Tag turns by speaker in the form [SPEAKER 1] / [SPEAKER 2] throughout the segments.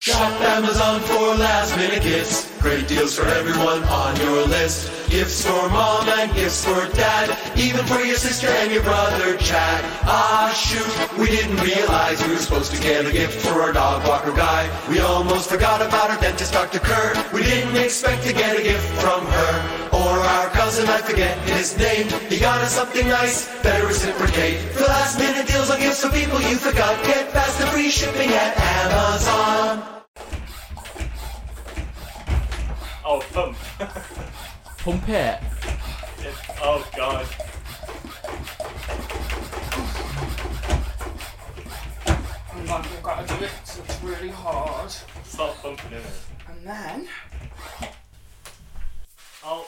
[SPEAKER 1] Shop Amazon for last minute gifts. Great deals for everyone on your list. Gifts for mom and gifts for dad. Even for your sister and your brother Chad. Ah shoot, we didn't realize we were supposed to get a gift for our dog walker guy. We almost forgot about our dentist Dr. Kerr. We didn't expect to get a gift from her. Or our cousin, I forget his name. He got us something nice, better reciprocate. For last minute deals on gifts for people you forgot. Get fast and free shipping at Amazon.
[SPEAKER 2] Oh, pump.
[SPEAKER 3] Pump it.
[SPEAKER 2] It- oh, God.
[SPEAKER 4] And then you've got to do it 'cause it's really hard.
[SPEAKER 2] It's not pumping, is it?
[SPEAKER 4] And then
[SPEAKER 2] Oh,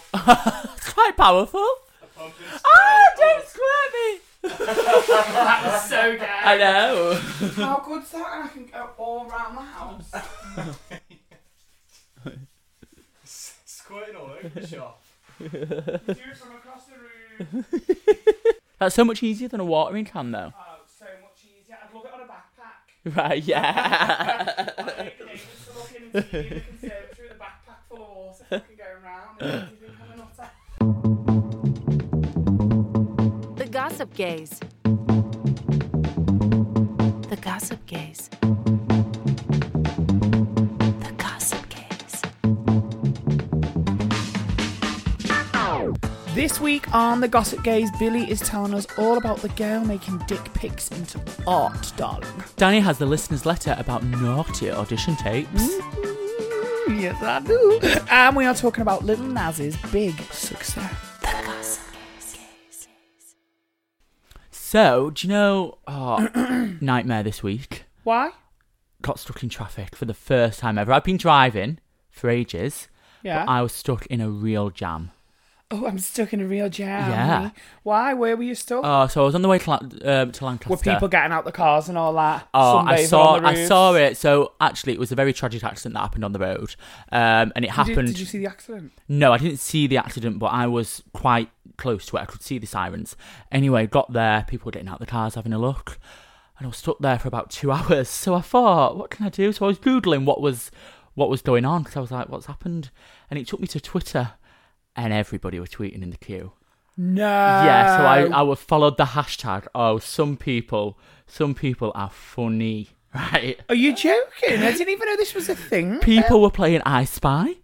[SPEAKER 3] It's quite powerful.
[SPEAKER 2] pumping.
[SPEAKER 3] Ah, don't squirt me.
[SPEAKER 4] so gay.
[SPEAKER 3] I know.
[SPEAKER 4] How good's that? And I can go all round the house.
[SPEAKER 2] Squirting all over the shop.
[SPEAKER 4] do it from across the room.
[SPEAKER 3] That's so much easier than a watering can, though.
[SPEAKER 4] Oh, so much easier. I'd love it on a backpack.
[SPEAKER 3] Right, yeah.
[SPEAKER 4] I need the neighbours to look in and see me in the conservatory with a backpack full of water fucking going round. And you think I'm a nutter?
[SPEAKER 5] The Gossip Gaze. The Gossip Gaze. The Gossip Gaze.
[SPEAKER 6] This week on The Gossip Gaze, Billy is telling us all about the girl making dick pics into art, darling.
[SPEAKER 3] Danny has the listener's letter about naughty audition
[SPEAKER 6] Hmm?
[SPEAKER 3] tapes.
[SPEAKER 6] Yes, I do. And we are talking about Little Nas's big success.
[SPEAKER 3] So, do you know oh, nightmare this week?
[SPEAKER 6] Why?
[SPEAKER 3] Got stuck in traffic for the first time ever. I've been driving for ages,
[SPEAKER 6] Yeah.
[SPEAKER 3] but I was stuck in a real jam.
[SPEAKER 6] Oh, I'm stuck in a real jam.
[SPEAKER 3] Yeah.
[SPEAKER 6] honey. Why? Where were you stuck?
[SPEAKER 3] Oh, so I was on the way to, Lan- um, to Lancaster.
[SPEAKER 6] were people getting out the cars and all that?
[SPEAKER 3] Oh,
[SPEAKER 6] Sunbathing
[SPEAKER 3] I saw,
[SPEAKER 6] on the
[SPEAKER 3] I
[SPEAKER 6] roofs?
[SPEAKER 3] saw it. So actually, it was a very tragic accident that happened on the road, um, and it
[SPEAKER 6] You did-
[SPEAKER 3] happened.
[SPEAKER 6] Did, you see the accident?
[SPEAKER 3] No, I didn't see the accident, but I was quite close to it. I could see the sirens. Anyway, got there, people were getting out the cars, having a look, and I was stuck there for about two hours. So I thought, what can I do? So I was googling what was what was going on because I was like, what's happened? And it took me to Twitter, and everybody were tweeting in the queue.
[SPEAKER 6] No.
[SPEAKER 3] yeah, so
[SPEAKER 6] Um.
[SPEAKER 3] I I wa- followed the hashtag. Oh, some people, some people are funny, right?
[SPEAKER 6] Are you joking? I didn't even know this was a thing.
[SPEAKER 3] People were playing I Spy.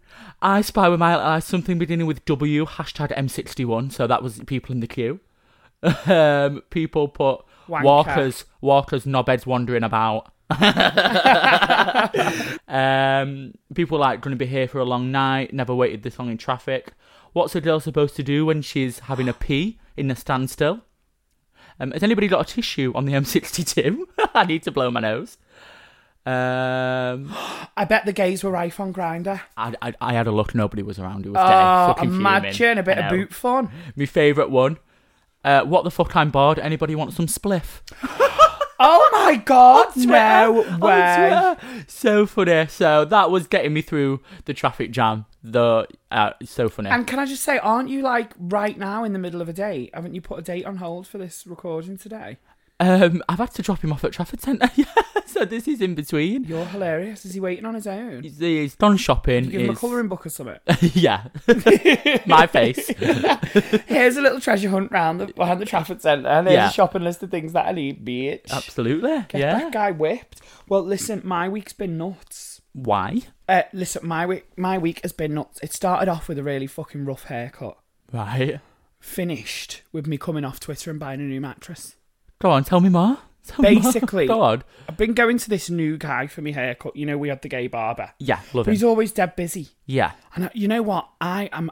[SPEAKER 3] I Spy with my eyes, something beginning with W, hashtag M61. So that was people in the queue. um, people put
[SPEAKER 6] Wanker.
[SPEAKER 3] walkers, walkers, knobheads wandering about. um, people like going to be here for a long night, never waited this long in traffic. What's a girl supposed to do when she's having a pee in a standstill? Um, has anybody got a tissue on the M62? I need to blow my nose. Um,
[SPEAKER 6] I bet the gays were rife on Grinder.
[SPEAKER 3] I, I, I had a look. Nobody was around. It was dead.
[SPEAKER 6] Oh,
[SPEAKER 3] Fucking fuming.
[SPEAKER 6] imagine a bit
[SPEAKER 3] I
[SPEAKER 6] of
[SPEAKER 3] know.
[SPEAKER 6] boot fun.
[SPEAKER 3] My favourite one. Uh, what the fuck? I'm bored. Anybody want some spliff?
[SPEAKER 6] Oh my god,
[SPEAKER 3] Twitter.
[SPEAKER 6] no
[SPEAKER 3] On
[SPEAKER 6] way.
[SPEAKER 3] Twitter. So funny. So that was getting me through the traffic jam. The uh, so funny.
[SPEAKER 6] And can I just say, aren't you like right now in the middle of a date? Haven't you put a date on hold for this recording today?
[SPEAKER 3] Um, I've had to drop him off at Trafford Centre. yeah, so this is in between.
[SPEAKER 6] You're hilarious. Is he waiting on his own?
[SPEAKER 3] He's, he's done shopping.
[SPEAKER 6] Give him a
[SPEAKER 3] he's-
[SPEAKER 6] colouring book or something.
[SPEAKER 3] yeah, my face.
[SPEAKER 6] Here's a little treasure hunt round the, behind the Trafford Centre. and There's
[SPEAKER 3] Yeah.
[SPEAKER 6] a shopping list of things that I need, bitch.
[SPEAKER 3] Absolutely.
[SPEAKER 6] Get
[SPEAKER 3] yeah.
[SPEAKER 6] that guy whipped. Well, listen, my week's been nuts.
[SPEAKER 3] Why?
[SPEAKER 6] Uh, listen, my week, my week has been nuts. It started off with a really fucking rough haircut.
[SPEAKER 3] Right.
[SPEAKER 6] Finished with me coming off Twitter and buying a new mattress.
[SPEAKER 3] Go on, tell me more. Tell me more.
[SPEAKER 6] Basically-
[SPEAKER 3] Go on.
[SPEAKER 6] I've been going to this new guy for my haircut. You know, we had the gay barber.
[SPEAKER 3] Yeah, love
[SPEAKER 6] But he's
[SPEAKER 3] him.
[SPEAKER 6] always dead busy.
[SPEAKER 3] Yeah.
[SPEAKER 6] And I, you know what? I am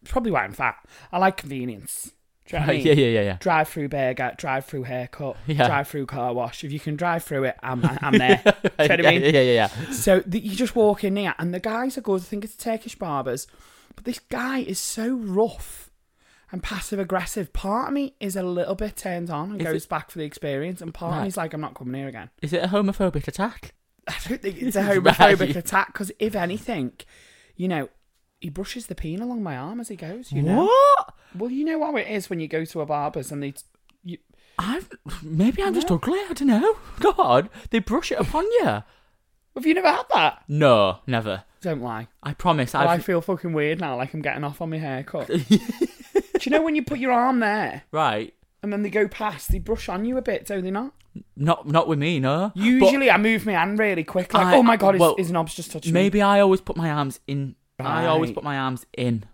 [SPEAKER 6] it's probably why I'm fat. I like convenience. Do you know what I mean?
[SPEAKER 3] Yeah, yeah, yeah, yeah.
[SPEAKER 6] Drive through burger, drive through haircut,
[SPEAKER 3] Yeah.
[SPEAKER 6] drive through car wash. If you can drive through it, I'm, I'm there. Do you know what I
[SPEAKER 3] yeah,
[SPEAKER 6] mean?
[SPEAKER 3] yeah, yeah, yeah.
[SPEAKER 6] So the, you just walk in there, and the guys are good. I think it's Turkish barbers, but this guy is so rough and passive aggressive. Part of me is a little bit turned on and
[SPEAKER 3] Is
[SPEAKER 6] goes
[SPEAKER 3] it-
[SPEAKER 6] back for the experience, and part of
[SPEAKER 3] Right.
[SPEAKER 6] me's like, I'm not coming here again.
[SPEAKER 3] Is it a homophobic attack?
[SPEAKER 6] I don't think it's a
[SPEAKER 3] Right.
[SPEAKER 6] homophobic attack because if anything, you know, he brushes the peen along my arm as he goes. You know,
[SPEAKER 3] What?
[SPEAKER 6] well, you know how it is when you go to a barber's and they. You,
[SPEAKER 3] I've maybe I'm just ugly. I don't know. Go on. They brush it upon you.
[SPEAKER 6] have you never had that?
[SPEAKER 3] No, never.
[SPEAKER 6] Don't lie.
[SPEAKER 3] I promise.
[SPEAKER 6] Well, I
[SPEAKER 3] I've
[SPEAKER 6] feel fucking weird now, like I'm getting off on my haircut. Do you know when you put your arm there?
[SPEAKER 3] right.
[SPEAKER 6] and then they go past, they brush on you a bit, do they not?
[SPEAKER 3] Not not with me. No. But
[SPEAKER 6] Usually, I move my hand really quick, like,
[SPEAKER 3] I-
[SPEAKER 6] oh my god,
[SPEAKER 3] well,
[SPEAKER 6] his, his knob's just touching me.
[SPEAKER 3] maybe I always put my arms in. I always
[SPEAKER 6] Right.
[SPEAKER 3] put my arms in.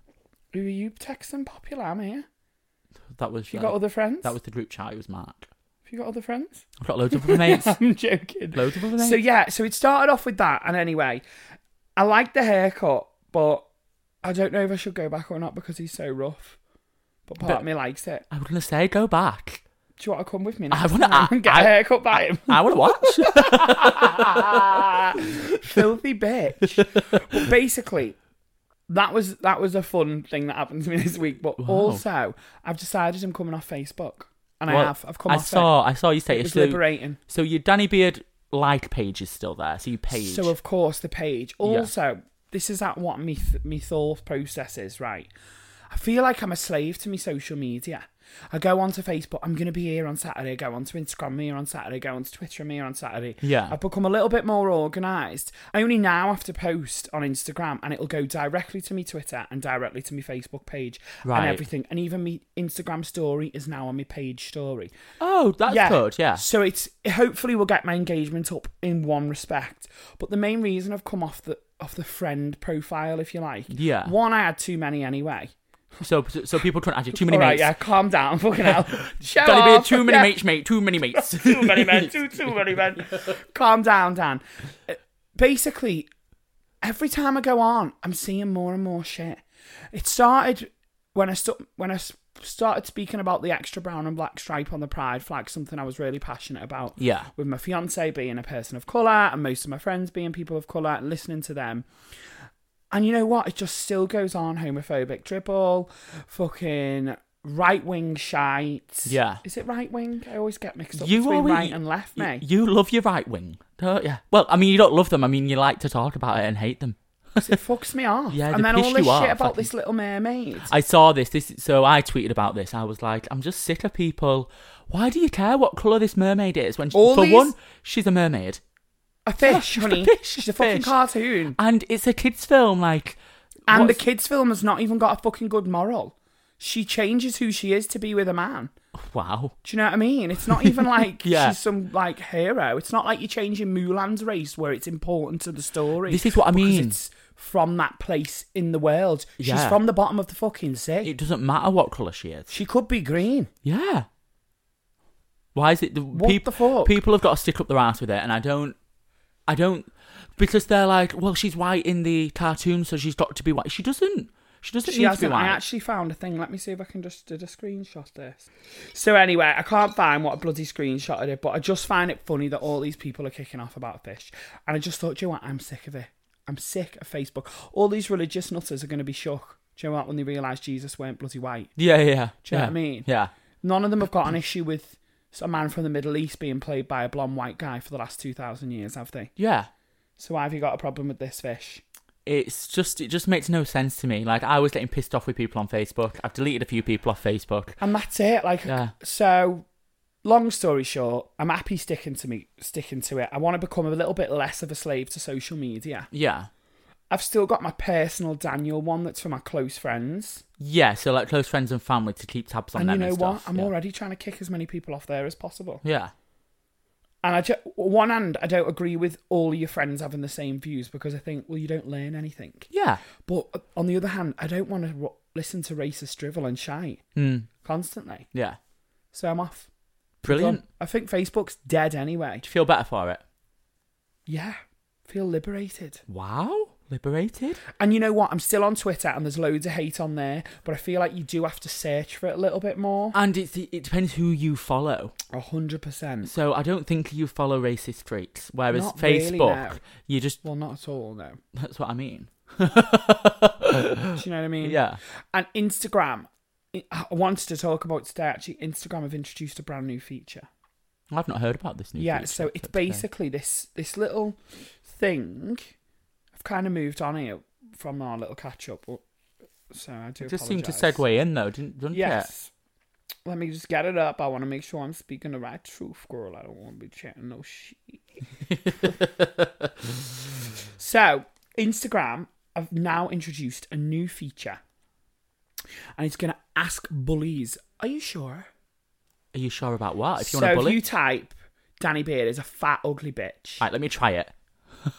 [SPEAKER 6] Who are you texting popular? I'm here.
[SPEAKER 3] That was.
[SPEAKER 6] Have you
[SPEAKER 3] uh,
[SPEAKER 6] got other friends?
[SPEAKER 3] that was the group chat. It was Mark.
[SPEAKER 6] Have you got other friends?
[SPEAKER 3] I've got loads of other mates.
[SPEAKER 6] I'm joking.
[SPEAKER 3] loads of other mates.
[SPEAKER 6] So yeah, so it started off with that, and anyway, I like the haircut, but I don't know if I should go back or not because he's so rough. But part
[SPEAKER 3] But-
[SPEAKER 6] of me likes it.
[SPEAKER 3] I was gonna say go back.
[SPEAKER 6] Do you want to come with me?
[SPEAKER 3] I
[SPEAKER 6] next
[SPEAKER 3] wanna-
[SPEAKER 6] time and
[SPEAKER 3] I-
[SPEAKER 6] get a
[SPEAKER 3] I-
[SPEAKER 6] haircut by him.
[SPEAKER 3] I would watch.
[SPEAKER 6] filthy bitch. but basically, that was that was a fun thing that happened to me this week. But also, I've decided I'm coming off Facebook, and I
[SPEAKER 3] Well,
[SPEAKER 6] have. I've come
[SPEAKER 3] I
[SPEAKER 6] off.
[SPEAKER 3] saw. I saw you
[SPEAKER 6] it.
[SPEAKER 3] say
[SPEAKER 6] It
[SPEAKER 3] it.
[SPEAKER 6] was
[SPEAKER 3] So,
[SPEAKER 6] liberating.
[SPEAKER 3] so your Danny Beard like page is still there. So you page.
[SPEAKER 6] So of course the page. Also, this is at what me th- me thought process is right. I feel like I'm a slave to me social media. I go onto Facebook. I'm gonna be here on Saturday. I go onto Instagram. I'm here on Saturday. I go onto Twitter. I'm here on Saturday.
[SPEAKER 3] Yeah.
[SPEAKER 6] I've become a little bit more organised. I only now have to post on Instagram, and it'll go directly to me Twitter and directly to my Facebook page
[SPEAKER 3] Right.
[SPEAKER 6] and everything. And even me Instagram story is now on my page story.
[SPEAKER 3] oh, that's good. Yeah.
[SPEAKER 6] So it's hopefully we'll get my engagement up in one respect. But the main reason I've come off the off the friend profile, if you like.
[SPEAKER 3] Yeah.
[SPEAKER 6] One, I had too many anyway.
[SPEAKER 3] So so, so people trying to add you too many
[SPEAKER 6] All right,
[SPEAKER 3] mates.
[SPEAKER 6] yeah, calm down, fucking hell. Show
[SPEAKER 3] Danny Beard,
[SPEAKER 6] off.
[SPEAKER 3] too many
[SPEAKER 6] Yeah,
[SPEAKER 3] mates, mate. Too many mates.
[SPEAKER 6] Too many men. Too too many men. calm down, Dan. Uh, Basically, every time I go on, I'm seeing more and more shit. It started when I stu- when I s- started speaking about the extra brown and black stripe on the pride flag, something I was really passionate about
[SPEAKER 3] yeah.
[SPEAKER 6] with my fiance being a person of colour and most of my friends being people of colour and listening to them. And you know what? It just still goes on homophobic dribble, fucking right wing shite.
[SPEAKER 3] Yeah.
[SPEAKER 6] Is it right wing? I always get mixed up
[SPEAKER 3] You
[SPEAKER 6] between
[SPEAKER 3] always-
[SPEAKER 6] right and left,
[SPEAKER 3] y-
[SPEAKER 6] mate.
[SPEAKER 3] You, love your right wing, don't you? Well, I mean, you don't love them. I mean, you like to talk about it and hate them.
[SPEAKER 6] 'Cause it fucks me off.
[SPEAKER 3] Yeah, they
[SPEAKER 6] and then all
[SPEAKER 3] piss
[SPEAKER 6] this
[SPEAKER 3] you off,
[SPEAKER 6] shit
[SPEAKER 3] I
[SPEAKER 6] about
[SPEAKER 3] think.
[SPEAKER 6] this little mermaid.
[SPEAKER 3] I saw this. This so I tweeted about this. I was like, I'm just sick of people. Why do you care what color this mermaid is? When she,
[SPEAKER 6] All
[SPEAKER 3] for
[SPEAKER 6] these-
[SPEAKER 3] one, she's a mermaid,
[SPEAKER 6] A fish,
[SPEAKER 3] Just a
[SPEAKER 6] honey.
[SPEAKER 3] fish,
[SPEAKER 6] She's
[SPEAKER 3] just
[SPEAKER 6] a
[SPEAKER 3] a
[SPEAKER 6] fucking
[SPEAKER 3] fish.
[SPEAKER 6] cartoon.
[SPEAKER 3] and it's a kids' film. Like,
[SPEAKER 6] And
[SPEAKER 3] what's-
[SPEAKER 6] the kids' film has not even got a fucking good moral. She changes who she is to be with a man.
[SPEAKER 3] wow,
[SPEAKER 6] Do you know what I mean? It's not even like
[SPEAKER 3] Yeah.
[SPEAKER 6] she's some like hero. It's not like you're changing Mulan's race where it's important to the story.
[SPEAKER 3] This is what I
[SPEAKER 6] because
[SPEAKER 3] mean.
[SPEAKER 6] It's from that place in the world. She's
[SPEAKER 3] Yeah.
[SPEAKER 6] from the bottom of the fucking sea.
[SPEAKER 3] it doesn't matter what color she is.
[SPEAKER 6] She could be green.
[SPEAKER 3] Yeah. Why is it the peop-
[SPEAKER 6] the fuck?
[SPEAKER 3] people have got to stick up their ass with it and I don't I don't because they're like, well she's white in the cartoon so she's got to be white. She doesn't. She doesn't
[SPEAKER 6] She
[SPEAKER 3] need to be
[SPEAKER 6] hasn't.
[SPEAKER 3] white.
[SPEAKER 6] I actually found a thing. Let me see if I can just did a screenshot this. So anyway, I can't find what a bloody screenshot it, but I just find it funny that all these people are kicking off about fish, and I just thought, do you know what? I'm sick of it. I'm sick of Facebook. All these religious nutters are going to be shook. Do you know what? When they realise Jesus weren't bloody white.
[SPEAKER 3] yeah, yeah, yeah.
[SPEAKER 6] Do you know
[SPEAKER 3] yeah.
[SPEAKER 6] what I mean?
[SPEAKER 3] Yeah.
[SPEAKER 6] None of them have got an issue with a man from the Middle East being played by a blonde white guy for the last 2,000 years, have they?
[SPEAKER 3] Yeah.
[SPEAKER 6] So why have you got a problem with this fish?
[SPEAKER 3] It's just it just makes no sense to me. Like I was getting pissed off with people on Facebook. I've deleted a few people off Facebook.
[SPEAKER 6] And that's it. Like,
[SPEAKER 3] Yeah.
[SPEAKER 6] so long story short, I'm happy sticking to me sticking to it. I want to become a little bit less of a slave to social media.
[SPEAKER 3] Yeah.
[SPEAKER 6] I've still got my personal Daniel one that's for my close friends.
[SPEAKER 3] Yeah, so like close friends and family to keep tabs on
[SPEAKER 6] And,
[SPEAKER 3] them
[SPEAKER 6] you know
[SPEAKER 3] and
[SPEAKER 6] what?
[SPEAKER 3] stuff.
[SPEAKER 6] I'm
[SPEAKER 3] yeah.
[SPEAKER 6] already trying to kick as many people off there as possible.
[SPEAKER 3] Yeah.
[SPEAKER 6] And I, ju- on one hand, I don't agree with all your friends having the same views because I think, well, you don't learn anything.
[SPEAKER 3] Yeah.
[SPEAKER 6] But uh, on the other hand, I don't want to ro- listen to racist drivel and shite
[SPEAKER 3] Mm.
[SPEAKER 6] constantly.
[SPEAKER 3] Yeah.
[SPEAKER 6] So I'm off.
[SPEAKER 3] Brilliant.
[SPEAKER 6] Gone. I think Facebook's dead anyway.
[SPEAKER 3] Do you feel better for it?
[SPEAKER 6] Yeah. Feel liberated.
[SPEAKER 3] Wow. Liberated.
[SPEAKER 6] And you know what? I'm still on Twitter and there's loads of hate on there, but I feel like you do have to search for it a little bit more.
[SPEAKER 3] And it's, it depends who you follow.
[SPEAKER 6] A hundred percent.
[SPEAKER 3] So I don't think you follow racist traits, whereas
[SPEAKER 6] Not really,
[SPEAKER 3] Facebook,
[SPEAKER 6] no.
[SPEAKER 3] you just.
[SPEAKER 6] Well, not at all, no.
[SPEAKER 3] That's what I mean.
[SPEAKER 6] Do you know what I mean?
[SPEAKER 3] Yeah.
[SPEAKER 6] And Instagram. I I wanted to talk about today actually. Instagram have introduced a brand new feature.
[SPEAKER 3] I've not heard about this new.
[SPEAKER 6] yeah
[SPEAKER 3] feature
[SPEAKER 6] so it's
[SPEAKER 3] but, uh,
[SPEAKER 6] basically this this little thing i've kind of moved on here from our little catch up so i do
[SPEAKER 3] It just seemed to
[SPEAKER 6] apologise.
[SPEAKER 3] segue in though, didn't, didn't it?
[SPEAKER 6] yes let me just get it up i want to make sure i'm speaking the right truth girl i don't want to be chatting no shit so instagram have now introduced a new feature and it's going to ask bullies are you sure
[SPEAKER 3] Are you sure about what? If you
[SPEAKER 6] so
[SPEAKER 3] want to
[SPEAKER 6] if
[SPEAKER 3] bully,
[SPEAKER 6] you type danny beard is a fat ugly bitch
[SPEAKER 3] right, let me try it.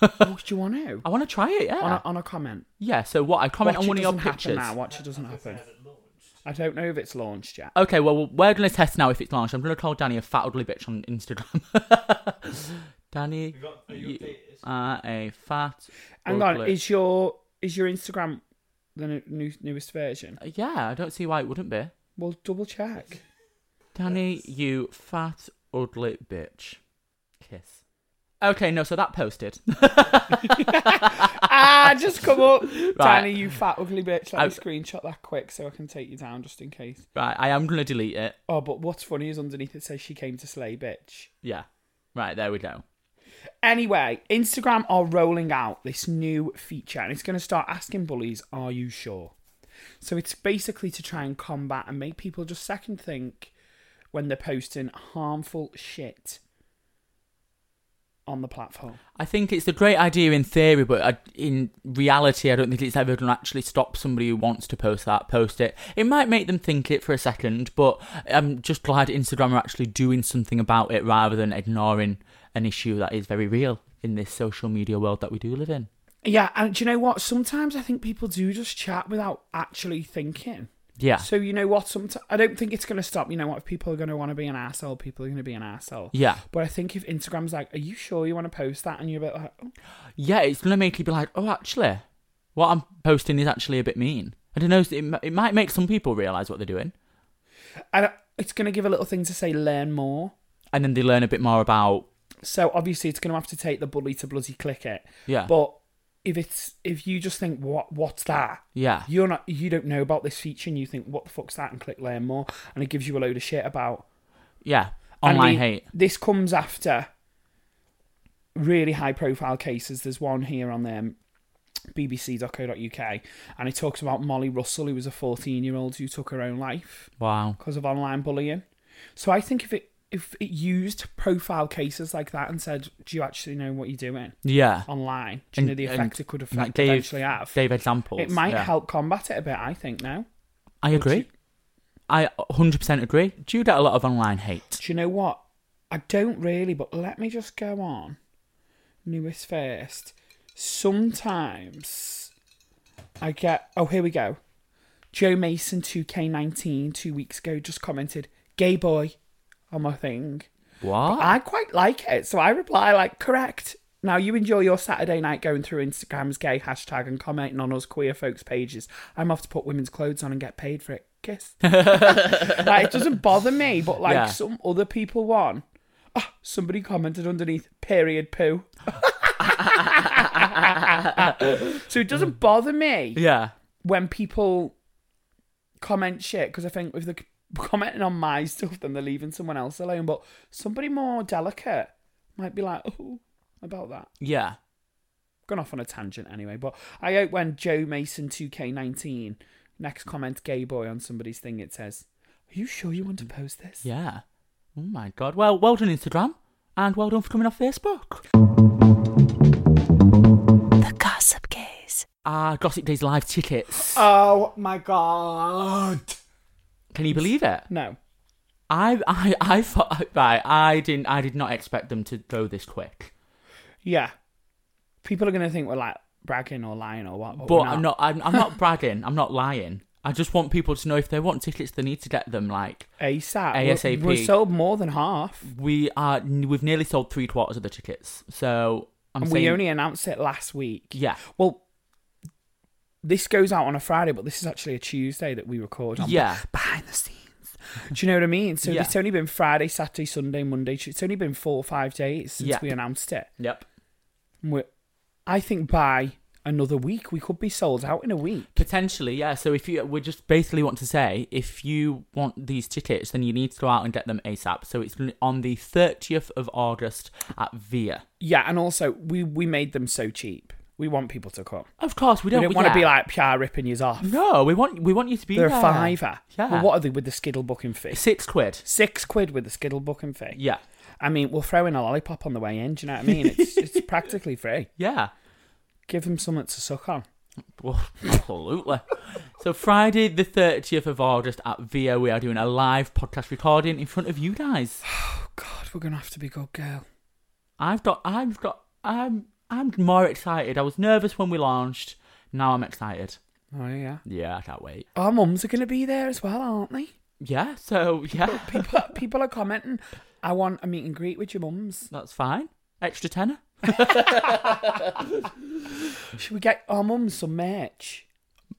[SPEAKER 6] oh, do you want to
[SPEAKER 3] I want to try it. Yeah.
[SPEAKER 6] on a, on a comment.
[SPEAKER 3] Yeah. So what? I comment
[SPEAKER 6] uh,
[SPEAKER 3] on
[SPEAKER 6] Watch it
[SPEAKER 3] one of your
[SPEAKER 6] doesn't happen
[SPEAKER 3] pictures.
[SPEAKER 6] Now. Watch it doesn't happen. I don't know if it's launched yet.
[SPEAKER 3] Okay, well, we're going to test now if it's launched. I'm going to call Danny a fat ugly bitch on Instagram. Danny, you are a fat
[SPEAKER 6] Hang on,
[SPEAKER 3] ugly...
[SPEAKER 6] is your is your Instagram the n- new, newest version?
[SPEAKER 3] Yeah, I don't see why it wouldn't be.
[SPEAKER 6] Well, double check.
[SPEAKER 3] Danny, you fat ugly bitch. Kiss. Okay, no, so that posted.
[SPEAKER 6] ah, just come up,
[SPEAKER 3] Right.
[SPEAKER 6] Danny, you fat ugly bitch. Let
[SPEAKER 3] I-
[SPEAKER 6] me screenshot that quick so I can take you down just in case.
[SPEAKER 3] right, I am going to delete it.
[SPEAKER 6] Oh, but what's funny is underneath it says she came to slay, bitch.
[SPEAKER 3] Yeah. Right, there we go.
[SPEAKER 6] Anyway, Instagram are rolling out this new feature and it's going to start asking bullies, Are you sure? So it's basically to try and combat and make people just second think when they're posting harmful shit on the platform.
[SPEAKER 3] I think it's a great idea in theory, but I, in reality, I don't think it's ever going to actually stop somebody who wants to post that post it. It might make them think it for a second, but I'm just glad Instagram are actually doing something about it rather than ignoring an issue that is very real in this social media world that we do live in.
[SPEAKER 6] Yeah, and do you know what? Sometimes I think people do just chat without actually thinking.
[SPEAKER 3] Yeah,
[SPEAKER 6] So you know what? Sometimes I don't think it's going to stop. You know what? If people are going to want to be an asshole, people are going to be an asshole.
[SPEAKER 3] Yeah.
[SPEAKER 6] But I think if Instagram's like, "Are you sure you want to post that?" and you're a bit like, "Oh,
[SPEAKER 3] yeah, it's going to make you be like, oh, actually, what I'm posting is actually a bit mean. I don't know. It, mi- it might make some people realise what they're doing,
[SPEAKER 6] and it's going to give a little thing to say learn more.
[SPEAKER 3] and then they learn a bit more about
[SPEAKER 6] So obviously it's going to have to take the bully to bloody click it.
[SPEAKER 3] yeah,
[SPEAKER 6] But if it's if you just think what what's that?
[SPEAKER 3] yeah,
[SPEAKER 6] You're not you don't know about this feature and you think what the fuck's that and click learn more and it gives you a load of shit about
[SPEAKER 3] yeah.
[SPEAKER 6] and
[SPEAKER 3] Online
[SPEAKER 6] the-
[SPEAKER 3] hate.
[SPEAKER 6] This comes after really high profile cases. There's one here on um, them bbc.co.uk and it talks about Molly Russell who was a 14 year old who took her own life
[SPEAKER 3] Wow.
[SPEAKER 6] because of online bullying. So I think if it if it used profile cases like that and said, "Do you actually know what you're doing
[SPEAKER 3] Yeah.
[SPEAKER 6] online?" Do you know the
[SPEAKER 3] And-
[SPEAKER 6] effect
[SPEAKER 3] and
[SPEAKER 6] it could have
[SPEAKER 3] like gave-
[SPEAKER 6] potentially have?
[SPEAKER 3] Gave examples.
[SPEAKER 6] It might
[SPEAKER 3] yeah.
[SPEAKER 6] help combat it a bit. I think now.
[SPEAKER 3] I agree. I 100% agree. Do you get a lot of online hate?
[SPEAKER 6] Do you know what? I don't really, but let me just go on. Newest first. Sometimes I get. Oh, here we go. Joe Mason, 2K19, two weeks ago, just commented, gay boy, on my thing.
[SPEAKER 3] What?
[SPEAKER 6] I quite like it. So I reply like, correct. Now you enjoy your Saturday night going through Instagram's gay hashtag and commenting on us queer folks' pages. I'm off to put women's clothes on and get paid for it. Kiss. like it doesn't bother me, but like
[SPEAKER 3] Yeah.
[SPEAKER 6] some other people want. Ah, somebody commented underneath period poo. so it doesn't bother me
[SPEAKER 3] yeah.
[SPEAKER 6] when people comment shit because I think if they're c- commenting on my stuff, then they're leaving someone else alone. But somebody more delicate might be like, "Oh, about that."
[SPEAKER 3] Yeah.
[SPEAKER 6] Gone off on a tangent anyway. But I hope when Joe Mason two K nineteen next comment gay boy on somebody's thing, it says, "Are you sure you want to post this?"
[SPEAKER 3] Yeah. Oh my god. Well, well done, Instagram. And well done for coming off Facebook.
[SPEAKER 7] The Gossip Gaze.
[SPEAKER 3] Ah, Gossip Days live tickets.
[SPEAKER 6] Oh my god.
[SPEAKER 3] Can you believe it?
[SPEAKER 6] No.
[SPEAKER 3] I, I, I thought right. I didn't. I did not expect them to go this quick.
[SPEAKER 6] Yeah. People are gonna think we're like bragging or lying or what. But,
[SPEAKER 3] But
[SPEAKER 6] we're
[SPEAKER 3] I'm not. I'm, I'm not bragging. I'm not lying. I just want people to know if they want tickets, they need to get them. Like
[SPEAKER 6] ASAP.
[SPEAKER 3] ASAP.
[SPEAKER 6] We sold more than half.
[SPEAKER 3] we are. We've nearly sold three quarters of the tickets. So I'm
[SPEAKER 6] and
[SPEAKER 3] saying,
[SPEAKER 6] we only announced it last week.
[SPEAKER 3] yeah,
[SPEAKER 6] Well, this goes out on a Friday, but this is actually a Tuesday that we record on.
[SPEAKER 3] yeah.
[SPEAKER 6] Behind the scenes. Do you know what I mean? So
[SPEAKER 3] Yeah.
[SPEAKER 6] it's only been Friday, Saturday, Sunday, Monday. Tu- It's only been four or five days since
[SPEAKER 3] Yeah.
[SPEAKER 6] we announced it.
[SPEAKER 3] Yep.
[SPEAKER 6] And we're- I think by another week, we could be sold out in a week.
[SPEAKER 3] Potentially, yeah. So if you, we just basically want to say, if you want these tickets, then you need to go out and get them ASAP. So it's on the 30th of August at Via.
[SPEAKER 6] Yeah, and also we we made them so cheap. We want people to come.
[SPEAKER 3] Of course, we
[SPEAKER 6] We
[SPEAKER 3] don't,
[SPEAKER 6] don't, want to
[SPEAKER 3] yeah.
[SPEAKER 6] be like Pierre ripping you off.
[SPEAKER 3] No, we want we want you to be
[SPEAKER 6] They're
[SPEAKER 3] there.
[SPEAKER 6] a fiver.
[SPEAKER 3] Yeah.
[SPEAKER 6] Well, what are they with the skiddle booking fee?
[SPEAKER 3] Six quid.
[SPEAKER 6] Six quid with the skiddle booking fee.
[SPEAKER 3] Yeah.
[SPEAKER 6] I mean, we'll throw in a lollipop on the way in. Do you know what I mean? It's it's practically free.
[SPEAKER 3] Yeah.
[SPEAKER 6] Give them something to suck on.
[SPEAKER 3] Well, absolutely. so Friday the 30th of August at Via, we are doing a live podcast recording in front of you guys.
[SPEAKER 6] God, we're gonna have to be good girl.
[SPEAKER 3] I've got, I've got, I'm, I'm more excited. I was nervous when we launched. Now I'm excited.
[SPEAKER 6] Oh yeah.
[SPEAKER 3] Yeah, I can't wait.
[SPEAKER 6] Our mums are gonna be there as well, aren't they?
[SPEAKER 3] Yeah. So yeah,
[SPEAKER 6] People people are commenting. I want a meet and greet with your mums.
[SPEAKER 3] that's fine. Extra tenner.
[SPEAKER 6] Should we get our mums some merch?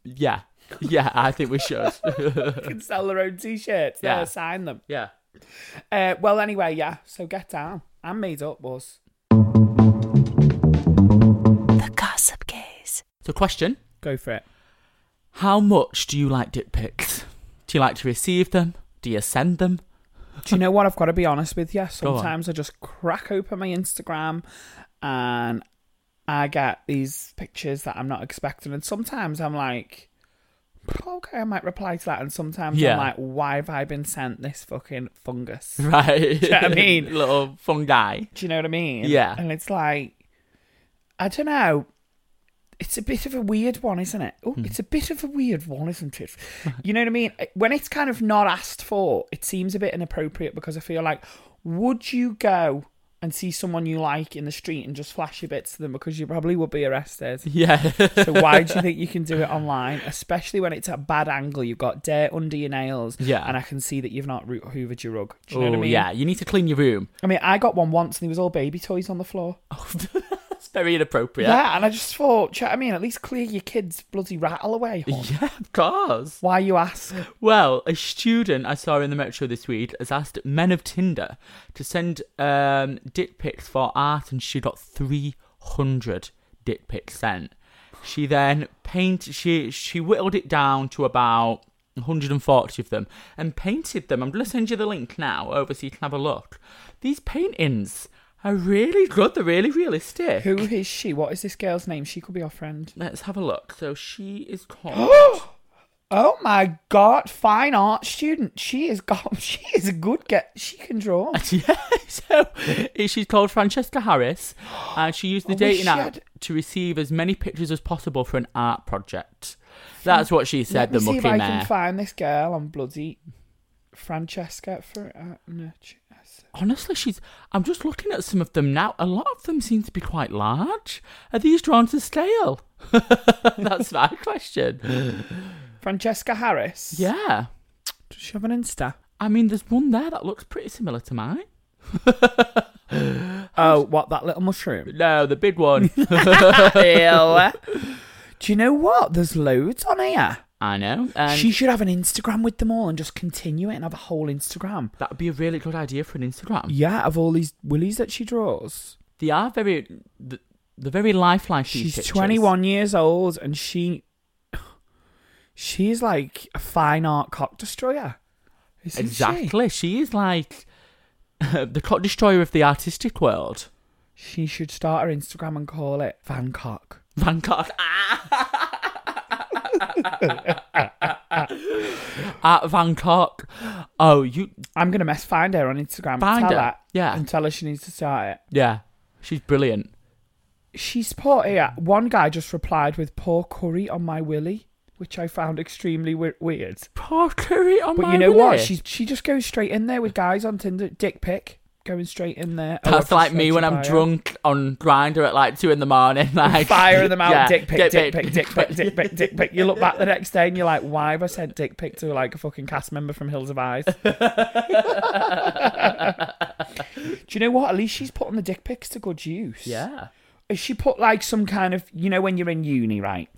[SPEAKER 3] Yeah. Yeah, I think we should.
[SPEAKER 6] They can sell their own t-shirts. Yeah,
[SPEAKER 3] Yeah.
[SPEAKER 6] sign them.
[SPEAKER 3] yeah.
[SPEAKER 6] Uh, well, anyway, yeah. So get down. I'm made up, was.
[SPEAKER 7] The Gossip Gaze.
[SPEAKER 3] So question:
[SPEAKER 6] Go for it.
[SPEAKER 3] How much do you like dick pics? Do you like to receive them? Do you send them?
[SPEAKER 6] Do you know what? I've got to be honest with you.
[SPEAKER 3] Go on.
[SPEAKER 6] Sometimes I just crack open my Instagram, and I get these pictures that I'm not expecting, and sometimes I'm like. Okay, I might reply to that, and sometimes
[SPEAKER 3] Yeah.
[SPEAKER 6] I'm like, "Why have I been sent this fucking fungus?"
[SPEAKER 3] Right.
[SPEAKER 6] you know what I mean?
[SPEAKER 3] Little fungi.
[SPEAKER 6] Do you know what I mean?
[SPEAKER 3] Yeah.
[SPEAKER 6] And it's like, I don't know. It's a bit of a weird one, isn't it?
[SPEAKER 3] Hmm.
[SPEAKER 6] Oh, it's a bit of a weird one, isn't it? You know what I mean? When it's kind of not asked for, it seems a bit inappropriate because I feel like, would you go and see someone you like in the street and just flash your bits to them because you probably would be arrested?
[SPEAKER 3] Yeah.
[SPEAKER 6] So why do you think you can do it online, especially when it's at a bad angle? You've got dirt under your nails,
[SPEAKER 3] Yeah.
[SPEAKER 6] and I can see that you've not roo- hoovered your rug. Do you
[SPEAKER 3] Oh,
[SPEAKER 6] know what I mean?
[SPEAKER 3] yeah. You need to clean your room.
[SPEAKER 6] I mean, I got one once, and there was all baby toys on the floor.
[SPEAKER 3] That's very inappropriate.
[SPEAKER 6] Yeah. and I just thought, do you know what I mean? At least clear your kids' bloody rattle away. hon.
[SPEAKER 3] Yeah, of course.
[SPEAKER 6] Why you ask?
[SPEAKER 3] Well, a student I saw in the metro this week has asked men of Tinder to send um, dick pics for art, and she got 300 dick pics sent. She then paint she she whittled it down to about 140 of them and painted them. I'm gonna send you the link now over so you can have a look. These paintings are really good. They're really realistic.
[SPEAKER 6] Who is she? What is this girl's name? She could be our friend.
[SPEAKER 3] Let's have a look. So she is called.
[SPEAKER 6] Oh my god, fine art student. She is got. She is a good get. She can draw.
[SPEAKER 3] yeah, so eh, she's called Francesca Harris, and she used the
[SPEAKER 6] I wish
[SPEAKER 3] dating
[SPEAKER 6] she
[SPEAKER 3] app
[SPEAKER 6] had-
[SPEAKER 3] to receive as many pictures as possible for an art project. That's what she
[SPEAKER 6] Let
[SPEAKER 3] said.
[SPEAKER 6] me
[SPEAKER 3] the
[SPEAKER 6] see
[SPEAKER 3] mucky
[SPEAKER 6] if I
[SPEAKER 3] mare.
[SPEAKER 6] can find this girl on bloody Francesca for uh, no, she-
[SPEAKER 3] Honestly, she's. I'm just looking at some of them now. A lot of them seem to be quite large. Are these drawn to scale? That's my question.
[SPEAKER 6] Francesca Harris.
[SPEAKER 3] Yeah,
[SPEAKER 6] Does she have an Insta?
[SPEAKER 3] I mean, there's one there that looks pretty similar to mine.
[SPEAKER 6] Oh, what that little mushroom?
[SPEAKER 3] No, the big one.
[SPEAKER 6] Do you know what? There's loads on here.
[SPEAKER 3] I know. And
[SPEAKER 6] she should have an Instagram with them all and just continue it and have a whole Instagram.
[SPEAKER 3] That would be a really good idea for an Instagram.
[SPEAKER 6] Yeah, of all these willies that she draws.
[SPEAKER 3] They are very the, the very lifelike. these
[SPEAKER 6] She's
[SPEAKER 3] pictures.
[SPEAKER 6] 21 years old and she she's like a fine art cock destroyer. Isn't
[SPEAKER 3] Exactly. She? is like the cock destroyer of the artistic world.
[SPEAKER 6] She? she should start her Instagram and call it Van Cock.
[SPEAKER 3] Van Gogh. Ah! at Van Cock. Oh, you
[SPEAKER 6] I'm gonna mess find her on Instagram.
[SPEAKER 3] Find
[SPEAKER 6] tell
[SPEAKER 3] her,
[SPEAKER 6] her,
[SPEAKER 3] yeah.
[SPEAKER 6] and tell her she needs to start it.
[SPEAKER 3] yeah, she's brilliant.
[SPEAKER 6] She's put here. One guy just replied with "poor curry on my willy," which I found extremely we- weird.
[SPEAKER 3] Poor Curry on
[SPEAKER 6] But
[SPEAKER 3] my
[SPEAKER 6] you know what?
[SPEAKER 3] willy.
[SPEAKER 6] She she just goes straight in there with guys on Tinder. Dick pic going straight in there. Oh, I've
[SPEAKER 3] That's
[SPEAKER 6] just
[SPEAKER 3] like me
[SPEAKER 6] read
[SPEAKER 3] when
[SPEAKER 6] your
[SPEAKER 3] I'm
[SPEAKER 6] bio.
[SPEAKER 3] drunk on grinder at like two in the morning, like
[SPEAKER 6] Firing them out,
[SPEAKER 3] yeah,
[SPEAKER 6] dick pic, dick, pic, dick pic, dick pic, dick pic. You look back the next day and you're like, why have I sent dick pic to like a fucking cast member from Hills of Eyes? Do you know what? At least she's putting the dick pics to good use.
[SPEAKER 3] Yeah,
[SPEAKER 6] she put like some kind of you know when you're in uni right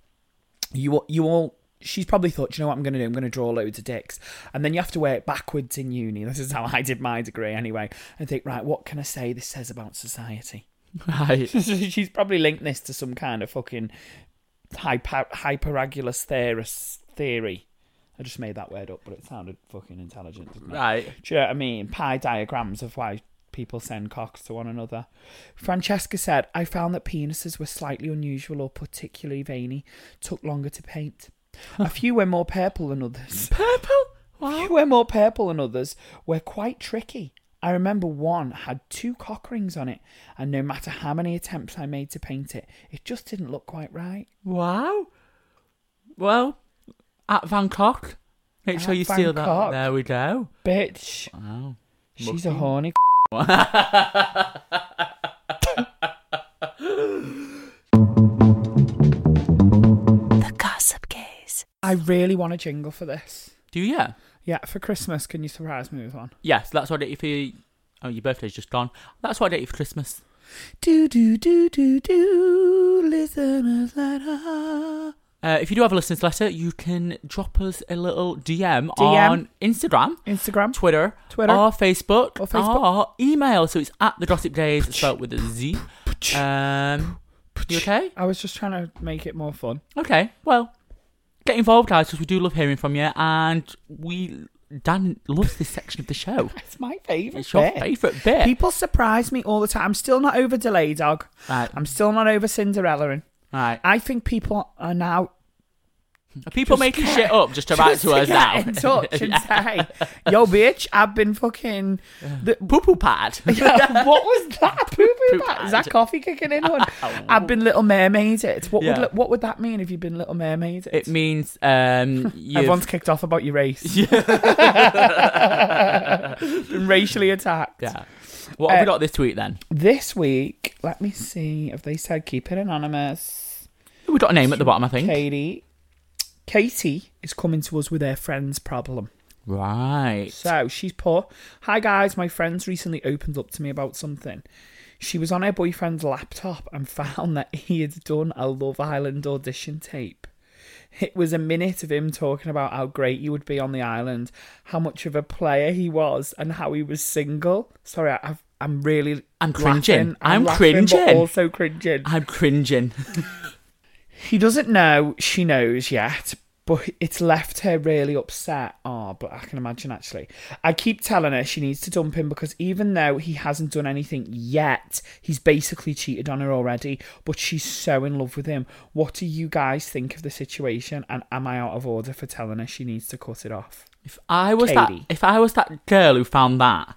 [SPEAKER 6] you you all she's probably thought "Do you know what i'm going to do i'm going to draw loads of dicks and then you have to wear it backwards in uni this is how i did my degree anyway and think right what can i say this says about society
[SPEAKER 3] right.
[SPEAKER 6] she's probably linked this to some kind of fucking hyper hyperagulus theorist theory i just made that word up but it sounded fucking intelligent didn't it?
[SPEAKER 3] Right.
[SPEAKER 6] Do you know what I mean? Pie diagrams of why people send cocks to one another. Francesca said, I found that penises were slightly unusual or particularly veiny, took longer to paint. A few were more purple than others.
[SPEAKER 3] Purple.
[SPEAKER 6] A
[SPEAKER 3] Wow.
[SPEAKER 6] few were more purple than others were quite tricky. I remember one had two cock rings on it, and no matter how many attempts I made to paint it, it just didn't look quite right.
[SPEAKER 3] Wow. Well, at Van Cock. Make sure
[SPEAKER 6] At
[SPEAKER 3] you
[SPEAKER 6] Van
[SPEAKER 3] steal that.
[SPEAKER 6] Cock.
[SPEAKER 3] There we go.
[SPEAKER 6] Bitch,
[SPEAKER 3] Wow.
[SPEAKER 6] she's a horny.
[SPEAKER 7] The Gossip Gaze.
[SPEAKER 6] I really want a jingle for this.
[SPEAKER 3] Do you? Yeah.
[SPEAKER 6] Yeah, for Christmas, can you surprise me with one?
[SPEAKER 3] Yes, that's what I did for. You. Oh, your birthday's just gone. That's what I did for Christmas.
[SPEAKER 6] Do do do do do listeners letter.
[SPEAKER 3] Uh, if you do have a listener's letter, you can drop us a little DM,
[SPEAKER 6] DM.
[SPEAKER 3] on Instagram,
[SPEAKER 6] Instagram.
[SPEAKER 3] Twitter,
[SPEAKER 6] Twitter.
[SPEAKER 3] or Facebook,
[SPEAKER 6] Or Facebook.
[SPEAKER 3] or email. So it's at the Gossip Days, spelled with a Z. Um, you okay?
[SPEAKER 6] Uh, I was just trying to make it more fun.
[SPEAKER 3] Okay. Well, get involved, guys, because we do love hearing from you, and we Dan loves this section of the show.
[SPEAKER 6] It's my favourite.
[SPEAKER 3] It's your
[SPEAKER 6] bit.
[SPEAKER 3] favourite bit.
[SPEAKER 6] People surprise me all the time. I'm still not over Delay Dog.
[SPEAKER 3] Right.
[SPEAKER 6] I'm still not over Cinderella. And
[SPEAKER 3] right.
[SPEAKER 6] I think people are now
[SPEAKER 3] Are people
[SPEAKER 6] just
[SPEAKER 3] making
[SPEAKER 6] get-
[SPEAKER 3] shit up just to write to us
[SPEAKER 6] get
[SPEAKER 3] now?
[SPEAKER 6] in touch and say, "Yo, bitch, I've been fucking." The,
[SPEAKER 3] Poo poo pad.
[SPEAKER 6] yeah, what was that? Poo poo
[SPEAKER 3] Poo
[SPEAKER 6] bat? Is
[SPEAKER 3] bat.
[SPEAKER 6] that coffee kicking in? One? I've been Little Mermaid. It. What
[SPEAKER 3] Yeah.
[SPEAKER 6] would li- what would that mean if you've been Little Mermaid?
[SPEAKER 3] It means um, you've
[SPEAKER 6] Everyone's kicked off about your race. Been racially attacked.
[SPEAKER 3] Yeah. What have we
[SPEAKER 6] Uh,
[SPEAKER 3] got this week then?
[SPEAKER 6] This week, let me see if they said keep it anonymous.
[SPEAKER 3] We've got a name at the bottom, I think.
[SPEAKER 6] Katie. Katie is coming to us with her friend's problem.
[SPEAKER 3] Right.
[SPEAKER 6] So she's poor. Hi guys, my friends recently opened up to me about something. She was on her boyfriend's laptop and found that he had done a Love Island audition tape. It was a minute of him talking about how great he would be on the island, how much of a player he was, and how he was single. Sorry, I, I've, I'm really.
[SPEAKER 3] I'm
[SPEAKER 6] laughing.
[SPEAKER 3] cringing. I'm
[SPEAKER 6] laughing, But
[SPEAKER 3] cringing.
[SPEAKER 6] also cringing.
[SPEAKER 3] I'm cringing.
[SPEAKER 6] He doesn't know she knows yet, but it's left her really upset. Oh, but I can imagine actually. I keep telling her she needs to dump him because even though he hasn't done anything yet, he's basically cheated on her already, but she's so in love with him. What do you guys think of the situation? And am I out of order for telling her she needs to cut it off?
[SPEAKER 3] If I was
[SPEAKER 6] Katie.
[SPEAKER 3] that if I was that girl who found that,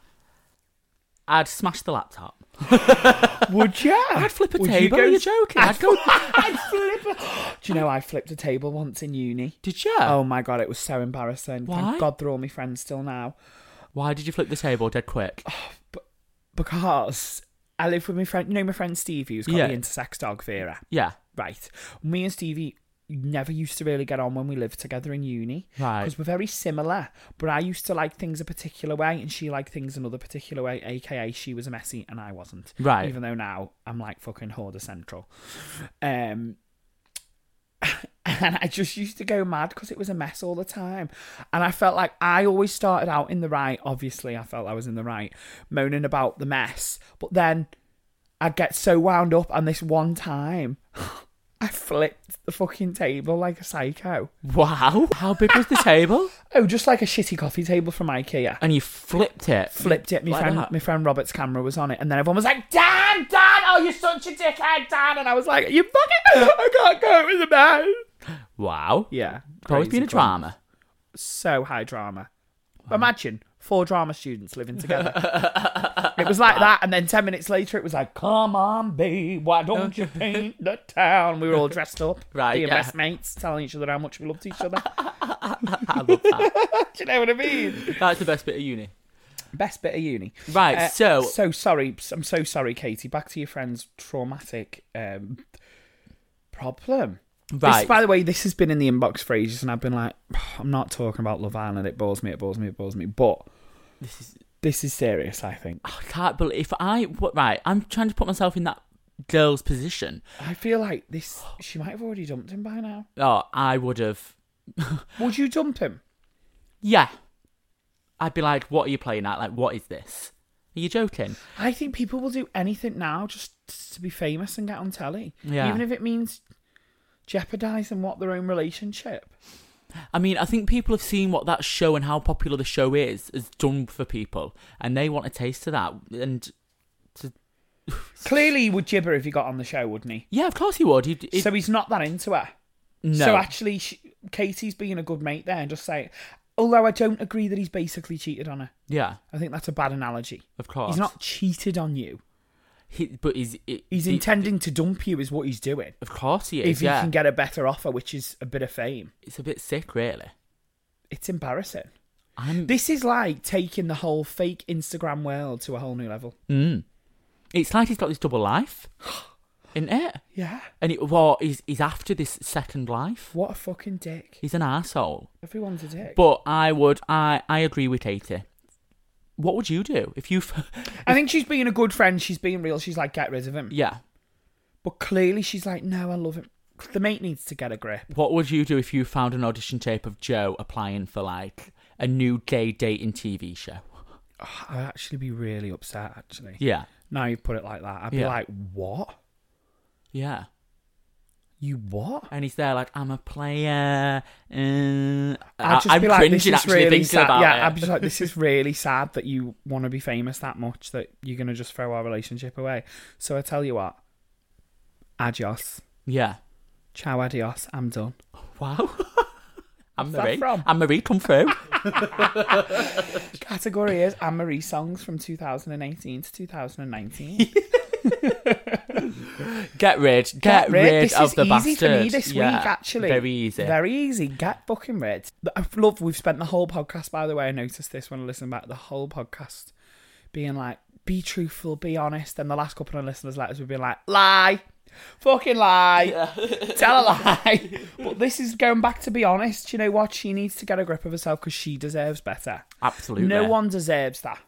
[SPEAKER 3] I'd smash the laptop.
[SPEAKER 6] Would you?
[SPEAKER 3] I'd flip a
[SPEAKER 6] Would you
[SPEAKER 3] table.
[SPEAKER 6] go-
[SPEAKER 3] Are you joking? I'd go
[SPEAKER 6] I'd flip a- Do you know I flipped a table once in uni?
[SPEAKER 3] Did you?
[SPEAKER 6] Oh my god, it was so embarrassing.
[SPEAKER 3] Why?
[SPEAKER 6] Thank God they're all my friends still now.
[SPEAKER 3] Why did you flip the table dead quick?
[SPEAKER 6] because I live with my friend, you know, my friend Stevie, who's got
[SPEAKER 3] Yeah.
[SPEAKER 6] the intersex dog Vera.
[SPEAKER 3] Yeah.
[SPEAKER 6] Right. Me and Stevie never used to really get on when we lived together in uni.
[SPEAKER 3] Right.
[SPEAKER 6] Because we're very similar, but I used to like things a particular way and she liked things another particular way, aka she was a messy and I wasn't.
[SPEAKER 3] Right.
[SPEAKER 6] Even though now I'm like fucking hoarder central. Um and I just used to go mad because it was a mess all the time. And I felt like I always started out in the right. Obviously, I felt I was in the right, moaning about the mess. But then I'd get so wound up, and this one time, I flipped the fucking table like a psycho.
[SPEAKER 3] Wow. How big was the table?
[SPEAKER 6] Oh, just like a shitty coffee table from IKEA.
[SPEAKER 3] And you flipped it.
[SPEAKER 6] Flipped it. My
[SPEAKER 3] Like
[SPEAKER 6] friend,
[SPEAKER 3] that?
[SPEAKER 6] my friend Robert's camera was on it, and then everyone was like, "Dan, Dan, oh, you're such a dickhead, Dan!" And I was like, "You fucking, I can't go with the man."
[SPEAKER 3] Wow.
[SPEAKER 6] Yeah,
[SPEAKER 3] It's always
[SPEAKER 6] Crazy
[SPEAKER 3] been a
[SPEAKER 6] cunt.
[SPEAKER 3] drama.
[SPEAKER 6] so high drama. Imagine four drama students living together. it was like that, and then ten minutes later, it was like, "Come on, babe, why don't you paint the town?" We were all dressed up,
[SPEAKER 3] Right,
[SPEAKER 6] Being
[SPEAKER 3] yeah.
[SPEAKER 6] best mates, telling each other how much we loved each other.
[SPEAKER 3] I love that.
[SPEAKER 6] Do you know what I mean?
[SPEAKER 3] That's the best bit of uni.
[SPEAKER 6] Best bit of uni.
[SPEAKER 3] Right,
[SPEAKER 6] Uh,
[SPEAKER 3] so,
[SPEAKER 6] so sorry. I'm so sorry, Katie. Back to your friend's traumatic um, problem. This,
[SPEAKER 3] right.
[SPEAKER 6] by the way, this has been in the inbox for ages, and I've been like, I'm not talking about Love Island. It bores me. It bores me. It bores me. But
[SPEAKER 3] This is
[SPEAKER 6] this is serious. I think.
[SPEAKER 3] I can't believe if I what right, I'm trying to put myself in that girl's position.
[SPEAKER 6] I feel like this. She might have already dumped him by now.
[SPEAKER 3] Oh, I would have
[SPEAKER 6] Would you dump him?
[SPEAKER 3] Yeah. I'd be like, What are you playing at? Like, what is this? Are you joking?
[SPEAKER 6] I think people will do anything now just to be famous and get on telly,
[SPEAKER 3] Yeah.
[SPEAKER 6] even if it means jeopardizing what their own relationship.
[SPEAKER 3] I mean, I think people have seen what that show and how popular the show is has done for people and they want a taste of that. And
[SPEAKER 6] Clearly, he would gibber if he got on the show, wouldn't he?
[SPEAKER 3] yeah, of course he would. He'd, he'd-
[SPEAKER 6] so he's not that into her.
[SPEAKER 3] no.
[SPEAKER 6] So actually, she, Katie's being a good mate there and just say, although I don't agree that he's basically cheated on her.
[SPEAKER 3] yeah,
[SPEAKER 6] I think that's a bad analogy.
[SPEAKER 3] of course.
[SPEAKER 6] He's not cheated on you.
[SPEAKER 3] He, but he's he-
[SPEAKER 6] He's
[SPEAKER 3] he-
[SPEAKER 6] intending to dump you, is what he's doing.
[SPEAKER 3] Of course he
[SPEAKER 6] If
[SPEAKER 3] is.
[SPEAKER 6] he
[SPEAKER 3] yeah,
[SPEAKER 6] can get a better offer, which is a bit of fame,
[SPEAKER 3] it's a bit sick, really.
[SPEAKER 6] it's embarrassing.
[SPEAKER 3] I'm.
[SPEAKER 6] This is like taking the whole fake Instagram world to a whole new level.
[SPEAKER 3] Mm. It's like he's got this double life, isn't it?
[SPEAKER 6] Yeah.
[SPEAKER 3] And it, well, he's he's after this second life.
[SPEAKER 6] What a fucking dick.
[SPEAKER 3] He's an asshole.
[SPEAKER 6] Everyone's a dick.
[SPEAKER 3] But I would, I I agree with Katie. What would you do if you? f-
[SPEAKER 6] I think she's being a good friend. She's being real. She's like, get rid of him.
[SPEAKER 3] yeah.
[SPEAKER 6] But clearly, she's like, no, I love him. The mate needs to get a grip.
[SPEAKER 3] What would you do if you found an audition tape of Joe applying for like a new gay dating TV show?
[SPEAKER 6] I'd actually be really upset, actually.
[SPEAKER 3] Yeah.
[SPEAKER 6] Now you've put it like that. I'd be
[SPEAKER 3] Yeah.
[SPEAKER 6] like, what?
[SPEAKER 3] Yeah.
[SPEAKER 6] You what?
[SPEAKER 3] And he's there like, I'm a player. Uh,
[SPEAKER 6] I'd just
[SPEAKER 3] I'm
[SPEAKER 6] be like, this
[SPEAKER 3] cringing
[SPEAKER 6] is
[SPEAKER 3] actually
[SPEAKER 6] really
[SPEAKER 3] thinking
[SPEAKER 6] sad.
[SPEAKER 3] about
[SPEAKER 6] yeah,
[SPEAKER 3] it.
[SPEAKER 6] I'd be just like, this is really sad that you want to be famous that much that you're gonna just throw our relationship away. So I tell you what, adios,
[SPEAKER 3] Yeah.
[SPEAKER 6] ciao, adios. I'm done.
[SPEAKER 3] Wow. Anne
[SPEAKER 6] that
[SPEAKER 3] Marie.
[SPEAKER 6] from?
[SPEAKER 3] Anne Marie, come through.
[SPEAKER 6] Category is Anne Marie songs from 2018 to 2019. Get,
[SPEAKER 3] Get rid. Get, rid,
[SPEAKER 6] This
[SPEAKER 3] of
[SPEAKER 6] is
[SPEAKER 3] the
[SPEAKER 6] easy
[SPEAKER 3] bastard.
[SPEAKER 6] for me this
[SPEAKER 3] Yeah,
[SPEAKER 6] week, actually.
[SPEAKER 3] Very easy.
[SPEAKER 6] Very easy. Get fucking rid. I love. We've spent the whole podcast. By the way, I noticed this when I listened back. The whole podcast being like, be truthful, be honest. And the last couple of listeners' letters would be like, lie, fucking lie, tell a lie. but this is going back to be honest. You know what? She needs to get a grip of herself because she deserves better.
[SPEAKER 3] Absolutely.
[SPEAKER 6] No one deserves that.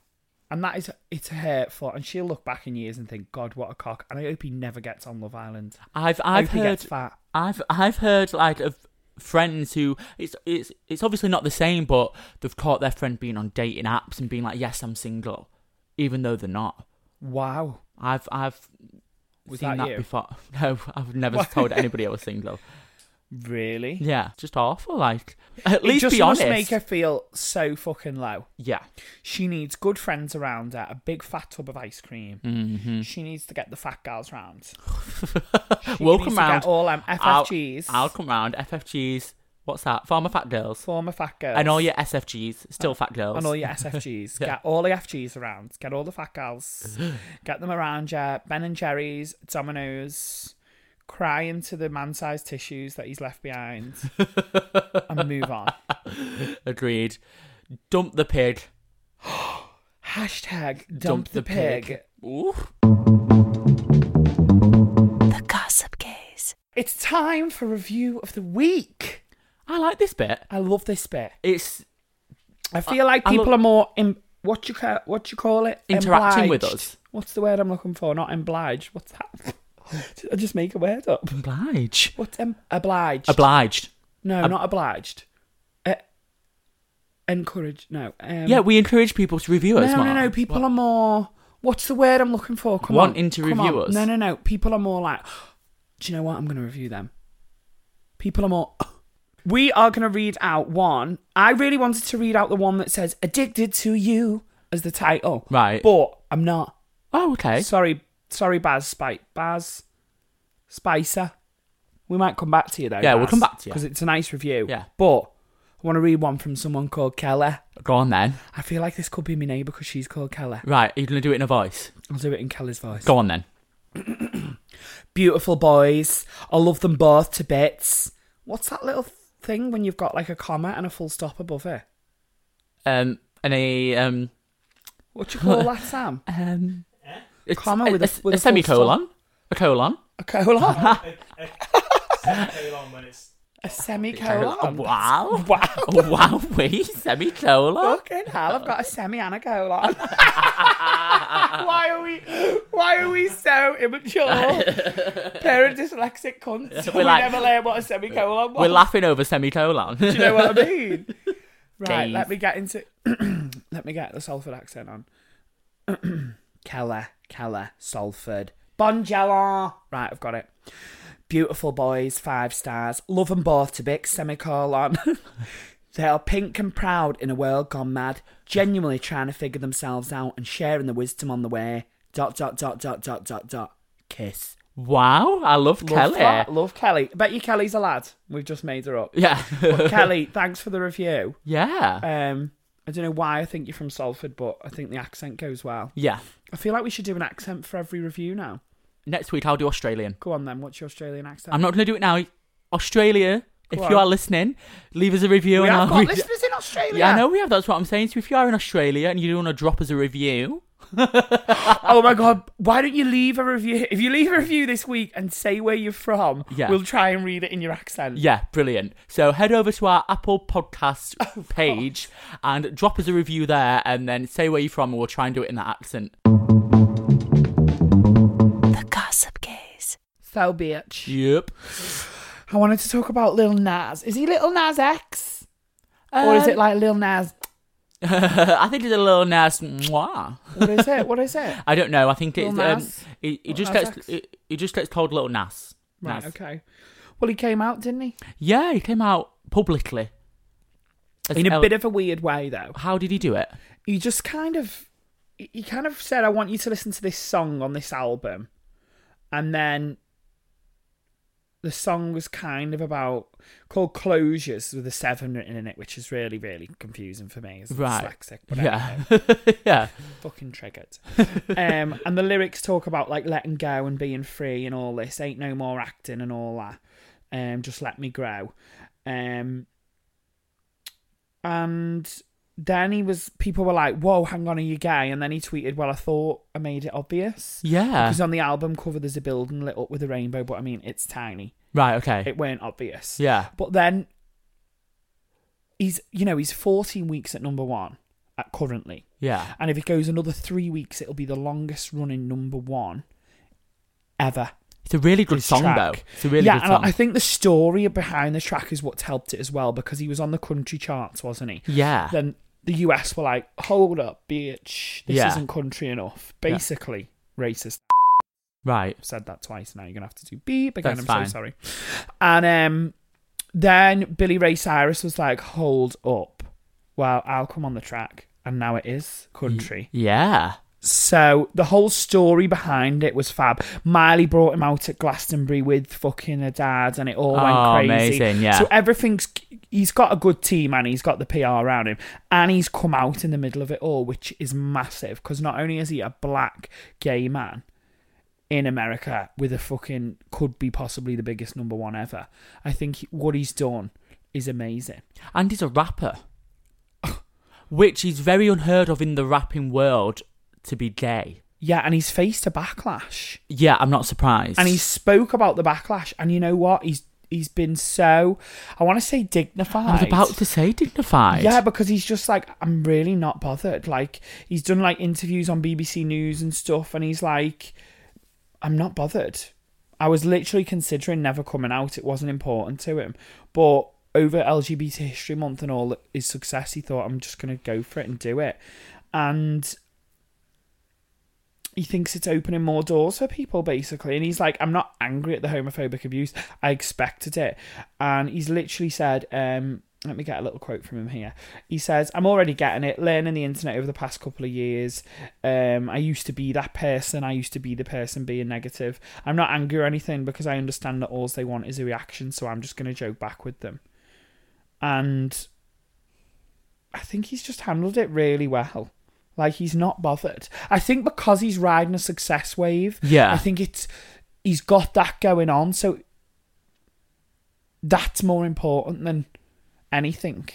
[SPEAKER 6] And that is it's hurtful, and she'll look back in years and think, God, what a cock. And I hope he never gets on Love Island.
[SPEAKER 3] I've I've
[SPEAKER 6] hope he
[SPEAKER 3] heard
[SPEAKER 6] gets fat.
[SPEAKER 3] I've I've heard like of friends who it's it's it's obviously not the same, but they've caught their friend being on dating apps and being like, yes, I'm single, even though they're not.
[SPEAKER 6] Wow.
[SPEAKER 3] I've I've
[SPEAKER 6] Was
[SPEAKER 3] seen
[SPEAKER 6] that
[SPEAKER 3] that,
[SPEAKER 6] you?
[SPEAKER 3] before. No, I've never
[SPEAKER 6] What?
[SPEAKER 3] told anybody I was single.
[SPEAKER 6] Really?
[SPEAKER 3] Yeah, just awful. Like, at
[SPEAKER 6] it
[SPEAKER 3] least
[SPEAKER 6] just
[SPEAKER 3] be honest.
[SPEAKER 6] must make her feel so fucking low.
[SPEAKER 3] Yeah,
[SPEAKER 6] She needs good friends around her, a big fat tub of ice cream. Mm-hmm. She needs to get the fat girls round. She
[SPEAKER 3] we'll come
[SPEAKER 6] needs to get
[SPEAKER 3] round.
[SPEAKER 6] all them
[SPEAKER 3] I'll-
[SPEAKER 6] FFGs,
[SPEAKER 3] I'll, come round. FFGs. What's that? Former fat girls.
[SPEAKER 6] former fat girls,
[SPEAKER 3] And all your SFGs, still fat girls.
[SPEAKER 6] Uh, and all your SFGs. Get all the FGs around. Get all the fat gals. Get them around you. Ben and Jerry's, Domino's. Cry into the man-sized tissues that he's left behind, and move on.
[SPEAKER 3] Agreed. Dump the pig.
[SPEAKER 6] Hashtag dump,
[SPEAKER 3] Dump
[SPEAKER 6] the,
[SPEAKER 3] the pig.
[SPEAKER 6] pig.
[SPEAKER 3] Ooh.
[SPEAKER 7] The Gossip Gaze.
[SPEAKER 6] It's time for review of the week.
[SPEAKER 3] I like this bit.
[SPEAKER 6] I love this bit.
[SPEAKER 3] It's
[SPEAKER 6] I feel like
[SPEAKER 3] I
[SPEAKER 6] people
[SPEAKER 3] lo-
[SPEAKER 6] are more in what you ca- what you call it
[SPEAKER 3] Interacting
[SPEAKER 6] Obliged.
[SPEAKER 3] with us.
[SPEAKER 6] What's the word I'm looking for? Not obliged. What's that? Did I just make a word up.
[SPEAKER 3] obliged.
[SPEAKER 6] What's em- obliged?
[SPEAKER 3] Obliged.
[SPEAKER 6] no, not obliged. Uh, encouraged. No. Um,
[SPEAKER 3] yeah, we encourage people to review
[SPEAKER 6] no,
[SPEAKER 3] us.
[SPEAKER 6] no,
[SPEAKER 3] Mark.
[SPEAKER 6] no, People are more. What's the word I'm looking for? Come
[SPEAKER 3] Wanting
[SPEAKER 6] on,
[SPEAKER 3] to
[SPEAKER 6] come
[SPEAKER 3] review
[SPEAKER 6] on.
[SPEAKER 3] us.
[SPEAKER 6] No, no, no. People are more like. Do you know what? I'm going to review them. People are more. We are going to read out one. I really wanted to read out the one that says "Addicted to You" as the title,
[SPEAKER 3] Right.
[SPEAKER 6] But I'm not.
[SPEAKER 3] Oh, okay.
[SPEAKER 6] Sorry, sorry, Baz Spike, Baz Spicer. We might come back to you though.
[SPEAKER 3] Yeah, we'll come back to you.
[SPEAKER 6] because it's a nice review.
[SPEAKER 3] Yeah.
[SPEAKER 6] but I want to read one from someone called Keller.
[SPEAKER 3] Go on then.
[SPEAKER 6] I feel like this could be my neighbour because she's called Keller.
[SPEAKER 3] Right, are you going to do it in a voice?
[SPEAKER 6] I'll do it in Keller's voice.
[SPEAKER 3] Go on then.
[SPEAKER 6] Beautiful boys. I love them both to bits. What's that little thing when you've got like a comma and a full stop above it?
[SPEAKER 3] Um, and a um,
[SPEAKER 6] What do you call that, Sam?
[SPEAKER 3] um, it's
[SPEAKER 6] Comma with a- with
[SPEAKER 3] a
[SPEAKER 6] a full
[SPEAKER 3] semicolon, a colon.
[SPEAKER 6] A colon.
[SPEAKER 2] Colon when it's
[SPEAKER 6] A
[SPEAKER 3] Oh,
[SPEAKER 6] semicolon.
[SPEAKER 3] wow!
[SPEAKER 6] Wow.
[SPEAKER 3] Oh, wow! We semicolon.
[SPEAKER 6] Fucking hell, I've got a semi and a colon. why are we why are we so immature? Pair of dyslexic cunts.
[SPEAKER 3] We're
[SPEAKER 6] we
[SPEAKER 3] like-
[SPEAKER 6] never learn what a semicolon was.
[SPEAKER 3] We're laughing over semicolon.
[SPEAKER 6] Do you know what I mean? right,
[SPEAKER 3] Dave.
[SPEAKER 6] let me get into let me get the Salford accent on. Keller, Keller, Salford. Bonjour. Right, I've got it. Beautiful boys, five stars. Love them both to bits, semicolon. they are pink and proud in a world gone mad, genuinely trying to figure themselves out and sharing the wisdom on the way. Dot, dot, dot, dot, dot, dot, dot. Kiss.
[SPEAKER 3] wow! I love,
[SPEAKER 6] Love
[SPEAKER 3] Kelly.
[SPEAKER 6] that, Love Kelly. Bet you Kelly's a lad. We've just made her up.
[SPEAKER 3] Yeah.
[SPEAKER 6] Kelly, thanks for the review.
[SPEAKER 3] yeah.
[SPEAKER 6] Um, I don't know why I think you're from Salford, but I think the accent goes well.
[SPEAKER 3] yeah.
[SPEAKER 6] I feel like we should do an accent for every review now.
[SPEAKER 3] Next week I'll do Australian.
[SPEAKER 6] Go on then, what's your Australian accent?
[SPEAKER 3] I'm not going to do it now. Australia, if
[SPEAKER 6] Go
[SPEAKER 3] you
[SPEAKER 6] on.
[SPEAKER 3] are listening, leave us a review.
[SPEAKER 6] we
[SPEAKER 3] and
[SPEAKER 6] have
[SPEAKER 3] I'll
[SPEAKER 6] got
[SPEAKER 3] read it.
[SPEAKER 6] listeners in Australia.
[SPEAKER 3] Yeah, I know we have. That's what I'm saying. So if you are in Australia and you do want to drop us a review,
[SPEAKER 6] Oh my god, why don't you leave a review? If you leave a review this week and say where you're from,
[SPEAKER 3] Yeah.
[SPEAKER 6] we'll try and read it in your accent.
[SPEAKER 3] yeah, brilliant. So head over to our Apple
[SPEAKER 6] Oh,
[SPEAKER 3] Podcast page and drop us a review there, and then say where you're from, and we'll try and do it in that accent.
[SPEAKER 7] The Gossip Gaze.
[SPEAKER 6] So bitch.
[SPEAKER 3] Yep.
[SPEAKER 6] I wanted to talk about Lil Nas. Is he Lil Nas X? or is
[SPEAKER 3] Um,
[SPEAKER 6] it like Lil Nas?
[SPEAKER 3] I think it's a little nice. Mwah.
[SPEAKER 6] What is it? What is it?
[SPEAKER 3] I don't know. I think
[SPEAKER 6] Little
[SPEAKER 3] it's um,
[SPEAKER 6] Nas?
[SPEAKER 3] it, it
[SPEAKER 6] Little
[SPEAKER 3] just
[SPEAKER 6] Nas
[SPEAKER 3] gets
[SPEAKER 6] X?
[SPEAKER 3] it, it just gets called little Nas.
[SPEAKER 6] Right,
[SPEAKER 3] Nas.
[SPEAKER 6] okay. Well, he came out, didn't he?
[SPEAKER 3] Yeah, he came out publicly. As
[SPEAKER 6] In a
[SPEAKER 3] L-
[SPEAKER 6] bit of a weird way, though.
[SPEAKER 3] How did he do it?
[SPEAKER 6] he just kind of he kind of said i want you to listen to this song on this album and then the song was kind of about called closures with a seven written in it which is really really confusing for me as a
[SPEAKER 3] Right.
[SPEAKER 6] dyslexic but
[SPEAKER 3] yeah.
[SPEAKER 6] anyway,
[SPEAKER 3] yeah.
[SPEAKER 6] fucking triggered um and the lyrics talk about like letting go and being free and all this ain't no more acting and all that um just let me grow um and then he was people were like whoa hang on are you gay and then he tweeted well i thought i made it obvious
[SPEAKER 3] Yeah.
[SPEAKER 6] because on the album cover there's a building lit up with a rainbow but i mean it's tiny
[SPEAKER 3] Right. Okay.
[SPEAKER 6] it weren't obvious
[SPEAKER 3] yeah.
[SPEAKER 6] but then he's you know he's 14 weeks at number one at currently
[SPEAKER 3] Yeah.
[SPEAKER 6] and if it goes another three weeks, it'll be the longest running number one ever.
[SPEAKER 3] It's a really good
[SPEAKER 6] This
[SPEAKER 3] song
[SPEAKER 6] track.
[SPEAKER 3] though. It's a really
[SPEAKER 6] yeah,
[SPEAKER 3] good
[SPEAKER 6] and
[SPEAKER 3] song.
[SPEAKER 6] I think the story behind the track is what's helped it as well because he was on the country charts, wasn't he?
[SPEAKER 3] yeah.
[SPEAKER 6] Then the US were like, "Hold up, bitch, this
[SPEAKER 3] Yeah.
[SPEAKER 6] isn't country enough." Basically, racist.
[SPEAKER 3] right.
[SPEAKER 6] Said that twice. Now you're gonna have to do beep again.
[SPEAKER 3] That's
[SPEAKER 6] I'm
[SPEAKER 3] fine.
[SPEAKER 6] so sorry. And um, then Billy Ray Cyrus was like, "Hold up, well, I'll come on the track." And now it is country.
[SPEAKER 3] Yeah.
[SPEAKER 6] So the whole story behind it was fab. Miley brought him out at Glastonbury with fucking her dad, and it all
[SPEAKER 3] Oh,
[SPEAKER 6] went crazy.
[SPEAKER 3] amazing, yeah.
[SPEAKER 6] So everything's he's got a good team, and he's got the PR around him, and he's come out in the middle of it all, which is massive because not only is he a black gay man in America with a fucking could be possibly the biggest number one ever. I think he- what he's done is amazing.
[SPEAKER 3] And he's a rapper. Which is very unheard of in the rapping world to be gay.
[SPEAKER 6] Yeah, and he's faced a backlash.
[SPEAKER 3] Yeah, I'm not surprised.
[SPEAKER 6] and he spoke about the backlash and you know what he's he's been so i want to say dignified
[SPEAKER 3] I was about to say dignified.
[SPEAKER 6] yeah because he's just like i'm really not bothered like he's done like interviews on bbc news and stuff and he's like i'm not bothered i was literally considering never coming out it wasn't important to him but over lgbt history month and all his success he thought i'm just going to go for it and do it and he thinks it's opening more doors for people basically and he's like i'm not angry at the homophobic abuse i expected it and he's literally said um let me get a little quote from him here he says i'm already getting it learning the internet over the past couple of years um i used to be that person i used to be the person being negative i'm not angry or anything because i understand that all they want is a reaction so i'm just going to joke back with them and I think he's just handled it really well. Like he's not bothered. I think because he's riding a success wave.
[SPEAKER 3] Yeah.
[SPEAKER 6] I think it's he's got that going on, so that's more important than anything.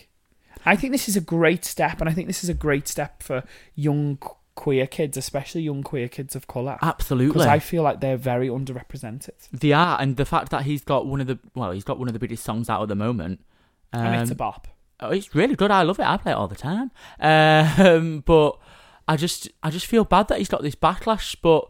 [SPEAKER 6] I think this is a great step, and I think this is a great step for young qu- queer kids, especially young queer kids of colour.
[SPEAKER 3] Absolutely.
[SPEAKER 6] Because I feel like they're very underrepresented.
[SPEAKER 3] They are, and the fact that he's got one of the well, he's got one of the biggest songs out at the moment. Um,
[SPEAKER 6] and it's a bop.
[SPEAKER 3] oh, it's really good. I love it. I play it all the time. Um, but I just, I just feel bad that he's got this backlash. But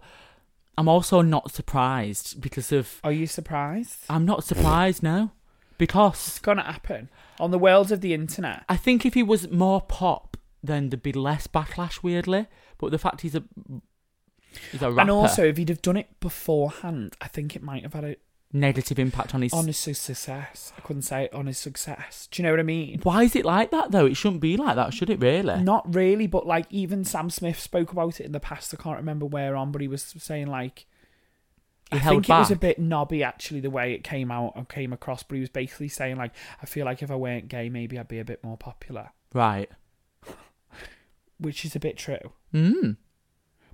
[SPEAKER 3] I'm also not surprised because of.
[SPEAKER 6] Are you surprised?
[SPEAKER 3] I'm not surprised now because
[SPEAKER 6] It's gonna happen on the world of the internet.
[SPEAKER 3] I think if he was more pop, then there'd be less backlash. Weirdly, but the fact he's a he's a rapper,
[SPEAKER 6] And also, if he'd have done it beforehand, I think it might have had a,
[SPEAKER 3] negative impact on his.
[SPEAKER 6] on his su- success. I couldn't say it on his success. Do you know what I mean?
[SPEAKER 3] Why is it like that though? It shouldn't be like that, should it? Really?
[SPEAKER 6] Not really, but like even Sam Smith spoke about it in the past. I can't remember where on, but he was saying like
[SPEAKER 3] He
[SPEAKER 6] I
[SPEAKER 3] held
[SPEAKER 6] think
[SPEAKER 3] back.
[SPEAKER 6] it was a bit knobby actually the way it came out and came across. But he was basically saying like I feel like if I weren't gay, maybe I'd be a bit more popular,
[SPEAKER 3] right.
[SPEAKER 6] which is a bit true.
[SPEAKER 3] Mm.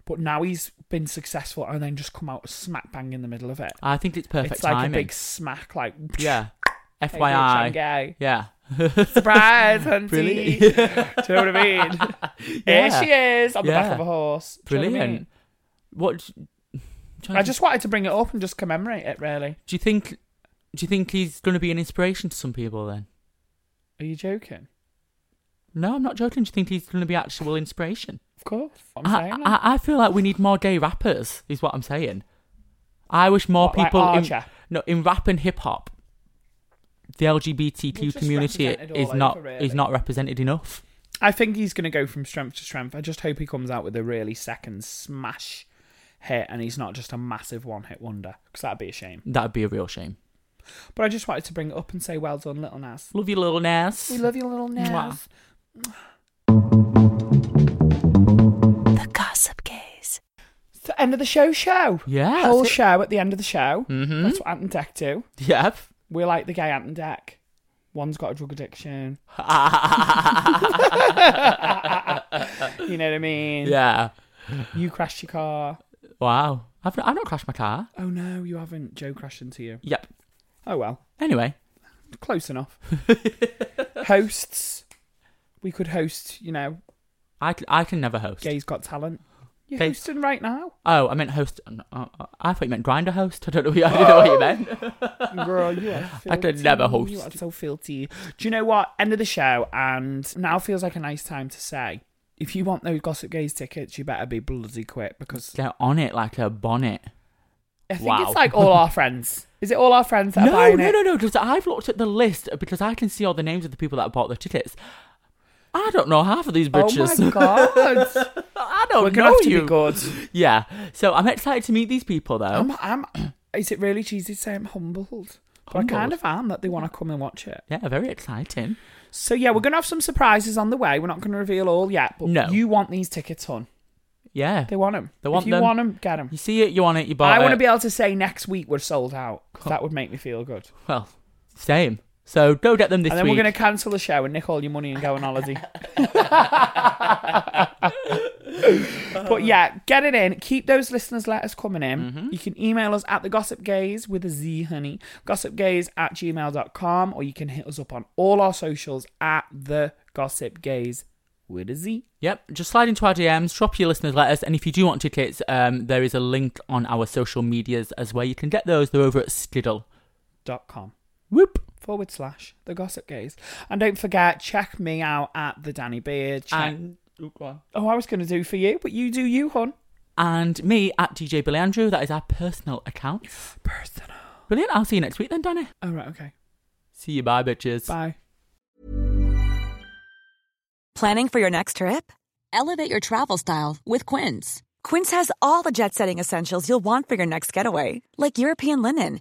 [SPEAKER 6] But now he's been successful and then just come out smack bang in the middle of it.
[SPEAKER 3] I think it's perfect
[SPEAKER 6] it's like
[SPEAKER 3] timing.
[SPEAKER 6] a big smack, like
[SPEAKER 3] Yeah.
[SPEAKER 6] hey, bitch, I'm
[SPEAKER 3] FYI.
[SPEAKER 6] gay.
[SPEAKER 3] Yeah.
[SPEAKER 6] Surprise, hunty.
[SPEAKER 3] Brilliant.
[SPEAKER 6] Do you know what I mean? Here
[SPEAKER 3] Yeah.
[SPEAKER 6] she is on the
[SPEAKER 3] Yeah.
[SPEAKER 6] back of a horse. Do you know what I mean?
[SPEAKER 3] Brilliant. What? d- I'm trying
[SPEAKER 6] I
[SPEAKER 3] to-
[SPEAKER 6] just wanted to bring it up and just commemorate it. Really?
[SPEAKER 3] Do you think? Do you think he's going to be an inspiration to some people? Then?
[SPEAKER 6] Are you joking?
[SPEAKER 3] No, I'm not joking. Do you think he's going to be actual inspiration?
[SPEAKER 6] Of course. I'm
[SPEAKER 3] I,
[SPEAKER 6] saying
[SPEAKER 3] I, I feel like we need more gay rappers. Is what I'm saying. I wish more
[SPEAKER 6] What, like
[SPEAKER 3] people in,
[SPEAKER 6] Archer?
[SPEAKER 3] no in rap and hip hop. The LGBTQ
[SPEAKER 6] We're just
[SPEAKER 3] community
[SPEAKER 6] represented
[SPEAKER 3] is
[SPEAKER 6] all
[SPEAKER 3] not
[SPEAKER 6] over,
[SPEAKER 3] is
[SPEAKER 6] really.
[SPEAKER 3] not represented enough.
[SPEAKER 6] I think he's going to go from strength to strength. I just hope he comes out with a really second smash hit, and he's not just a massive one-hit wonder, because that'd be a shame.
[SPEAKER 3] That'd be a real shame.
[SPEAKER 6] But I just wanted to bring it up and say, well done, little Nas.
[SPEAKER 3] Love you, little Nas.
[SPEAKER 6] We love you, little Nas.
[SPEAKER 3] Mwah.
[SPEAKER 7] The Gossip Gaze.
[SPEAKER 6] It's the end of the show, show.
[SPEAKER 3] Yeah, that's
[SPEAKER 6] Whole
[SPEAKER 3] it.
[SPEAKER 6] show at the end of the show.
[SPEAKER 3] Mhm.
[SPEAKER 6] That's what Ant and Deck do.
[SPEAKER 3] Yep.
[SPEAKER 6] We're like the gay Ant and Deck. One's got a drug addiction. You know what I mean?
[SPEAKER 3] yeah.
[SPEAKER 6] You crashed your car.
[SPEAKER 3] Wow. I've not, I've not crashed my car.
[SPEAKER 6] Oh no, you haven't. Joe crashed into you.
[SPEAKER 3] Yep.
[SPEAKER 6] Oh well,
[SPEAKER 3] Anyway.
[SPEAKER 6] close enough. Hosts. We could host, you know,
[SPEAKER 3] I, c- I can never host.
[SPEAKER 6] Gay's Got Talent. You're
[SPEAKER 3] Gay-
[SPEAKER 6] hosting right now?
[SPEAKER 3] Oh, I meant host. no, uh, uh, I thought you meant grinder host. I don't know. What you, I didn't know what you
[SPEAKER 6] Oh.
[SPEAKER 3] meant.
[SPEAKER 6] Girl, you are
[SPEAKER 3] I could never
[SPEAKER 6] filthy. You
[SPEAKER 3] host.
[SPEAKER 6] are so filthy. Do you know what? End of the show, and now feels like a nice time to say if you want those Gossip Gays tickets, you better be bloody quick because
[SPEAKER 3] They're on it like a bonnet.
[SPEAKER 6] I think
[SPEAKER 3] Wow.
[SPEAKER 6] it's like all our friends. Is it all our friends that
[SPEAKER 3] No,
[SPEAKER 6] are buying
[SPEAKER 3] no,
[SPEAKER 6] it?
[SPEAKER 3] no, no. Because I've looked at the list because I can see all the names of the people that bought the tickets. I don't know half of these bitches.
[SPEAKER 6] Oh my god!
[SPEAKER 3] I don't
[SPEAKER 6] We're
[SPEAKER 3] know
[SPEAKER 6] gonna have to
[SPEAKER 3] you.
[SPEAKER 6] be good.
[SPEAKER 3] Yeah. So I'm excited to meet these people though.
[SPEAKER 6] I'm, I'm, is it really cheesy to say I'm humbled? But I kind
[SPEAKER 3] Humbled?
[SPEAKER 6] of am that they want to come and watch it.
[SPEAKER 3] yeah, very exciting.
[SPEAKER 6] So yeah, we're gonna have some surprises on the way. We're not gonna reveal all yet, but
[SPEAKER 3] No.
[SPEAKER 6] you want these tickets, hun?
[SPEAKER 3] Yeah.
[SPEAKER 6] They want them.
[SPEAKER 3] They want
[SPEAKER 6] if you
[SPEAKER 3] them.
[SPEAKER 6] want them, get them.
[SPEAKER 3] You see it, you want it, you buy it.
[SPEAKER 6] I want to be able to say next week we're sold out. 'cause That would make me feel good.
[SPEAKER 3] Well, same. So go get them this
[SPEAKER 6] and then
[SPEAKER 3] week.
[SPEAKER 6] we're going to cancel the show and nick all your money and go on holiday. but yeah, get it in. Keep those listeners' letters coming in.
[SPEAKER 3] Mm-hmm.
[SPEAKER 6] You can email us at the Gossip Gaze with a Z, honey. Gossipgaze at gmail.com, or you can hit us up on all our socials at the Gossip Gaze with a Z.
[SPEAKER 3] Yep, just slide into our DMs, drop your listeners' letters, and if you do want tickets, um, there is a link on our social medias as well. You can get those. They're over at Skiddle.
[SPEAKER 6] Dot com.
[SPEAKER 3] Whoop.
[SPEAKER 6] Forward slash the gossip gaze. And don't forget, check me out at the Danny Beard. Check-
[SPEAKER 3] And,
[SPEAKER 6] oh, I was going to do for you, but you do you, hon.
[SPEAKER 3] and me at DJ Billy Andrew. That is our personal account.
[SPEAKER 6] Personal.
[SPEAKER 3] Brilliant. I'll see you next week then, Danny.
[SPEAKER 6] All Oh, right, okay.
[SPEAKER 3] See you. Bye, bitches.
[SPEAKER 6] Bye.
[SPEAKER 8] Planning for your next trip? Elevate your travel style with Quince. Quince has all the jet setting essentials you'll want for your next getaway, like European linen,